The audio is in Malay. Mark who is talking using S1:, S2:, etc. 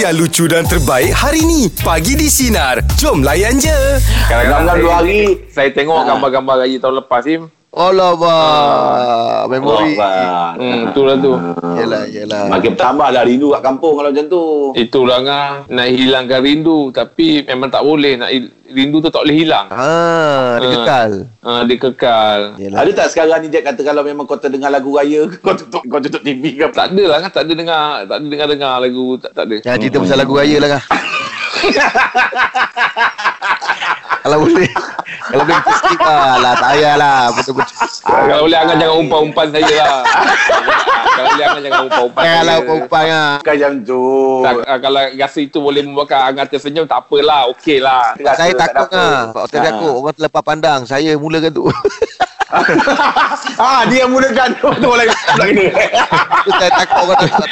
S1: yang lucu dan terbaik hari ni. Pagi di Sinar. Jom layan je.
S2: Kadang-kadang
S3: Dalam dua
S2: saya-
S3: hari.
S2: Saya tengok
S3: Ha.
S2: gambar-gambar gaji tahun lepas Im.
S4: Alamak Memori
S3: Wah.
S2: Hmm, itulah tu.
S4: Yelah Yelah
S3: Makin bertambahlah rindu kat kampung kalau macam tu.
S2: Itulah lah, ngah nak hilangkan rindu tapi memang tak boleh nak hil- rindu tu tak boleh hilang.
S4: Ah, dia
S2: Ah.
S4: kekal.
S2: Ha, dia kekal.
S4: Yelah.
S3: Ada tak sekarang ni Jack kata kalau memang kau terdengar lagu raya kau tutup kau tutup TV ke apa?
S2: Tak ada lah kan tak ada dengar, tak ada dengar-dengar lagu tak, tak ada.
S4: Jangan cerita pasal lagu raya lah kan. Kalau boleh Kalau boleh kita skip lah Lah tak payahlah Betul-betul
S2: Ah, Kalau boleh Angah jangan umpan-umpan saya lah. Kalau boleh Angah jangan umpan-umpan. saya.
S4: Janganlah umpang lah
S3: Bukan macam tu.
S2: Tak, ah, kalau rasa itu boleh membuatkan Angah tersenyum tak apalah, okey lah.
S3: Rasa
S4: Saya
S3: tak
S4: takut
S3: ada apa.
S4: lah Fakta
S3: Ha.
S4: takut Orang terlepas pandang Saya mulakan tu
S3: Ah dia yang mulakan tu orang lain pula kena.
S4: Saya takut orang tak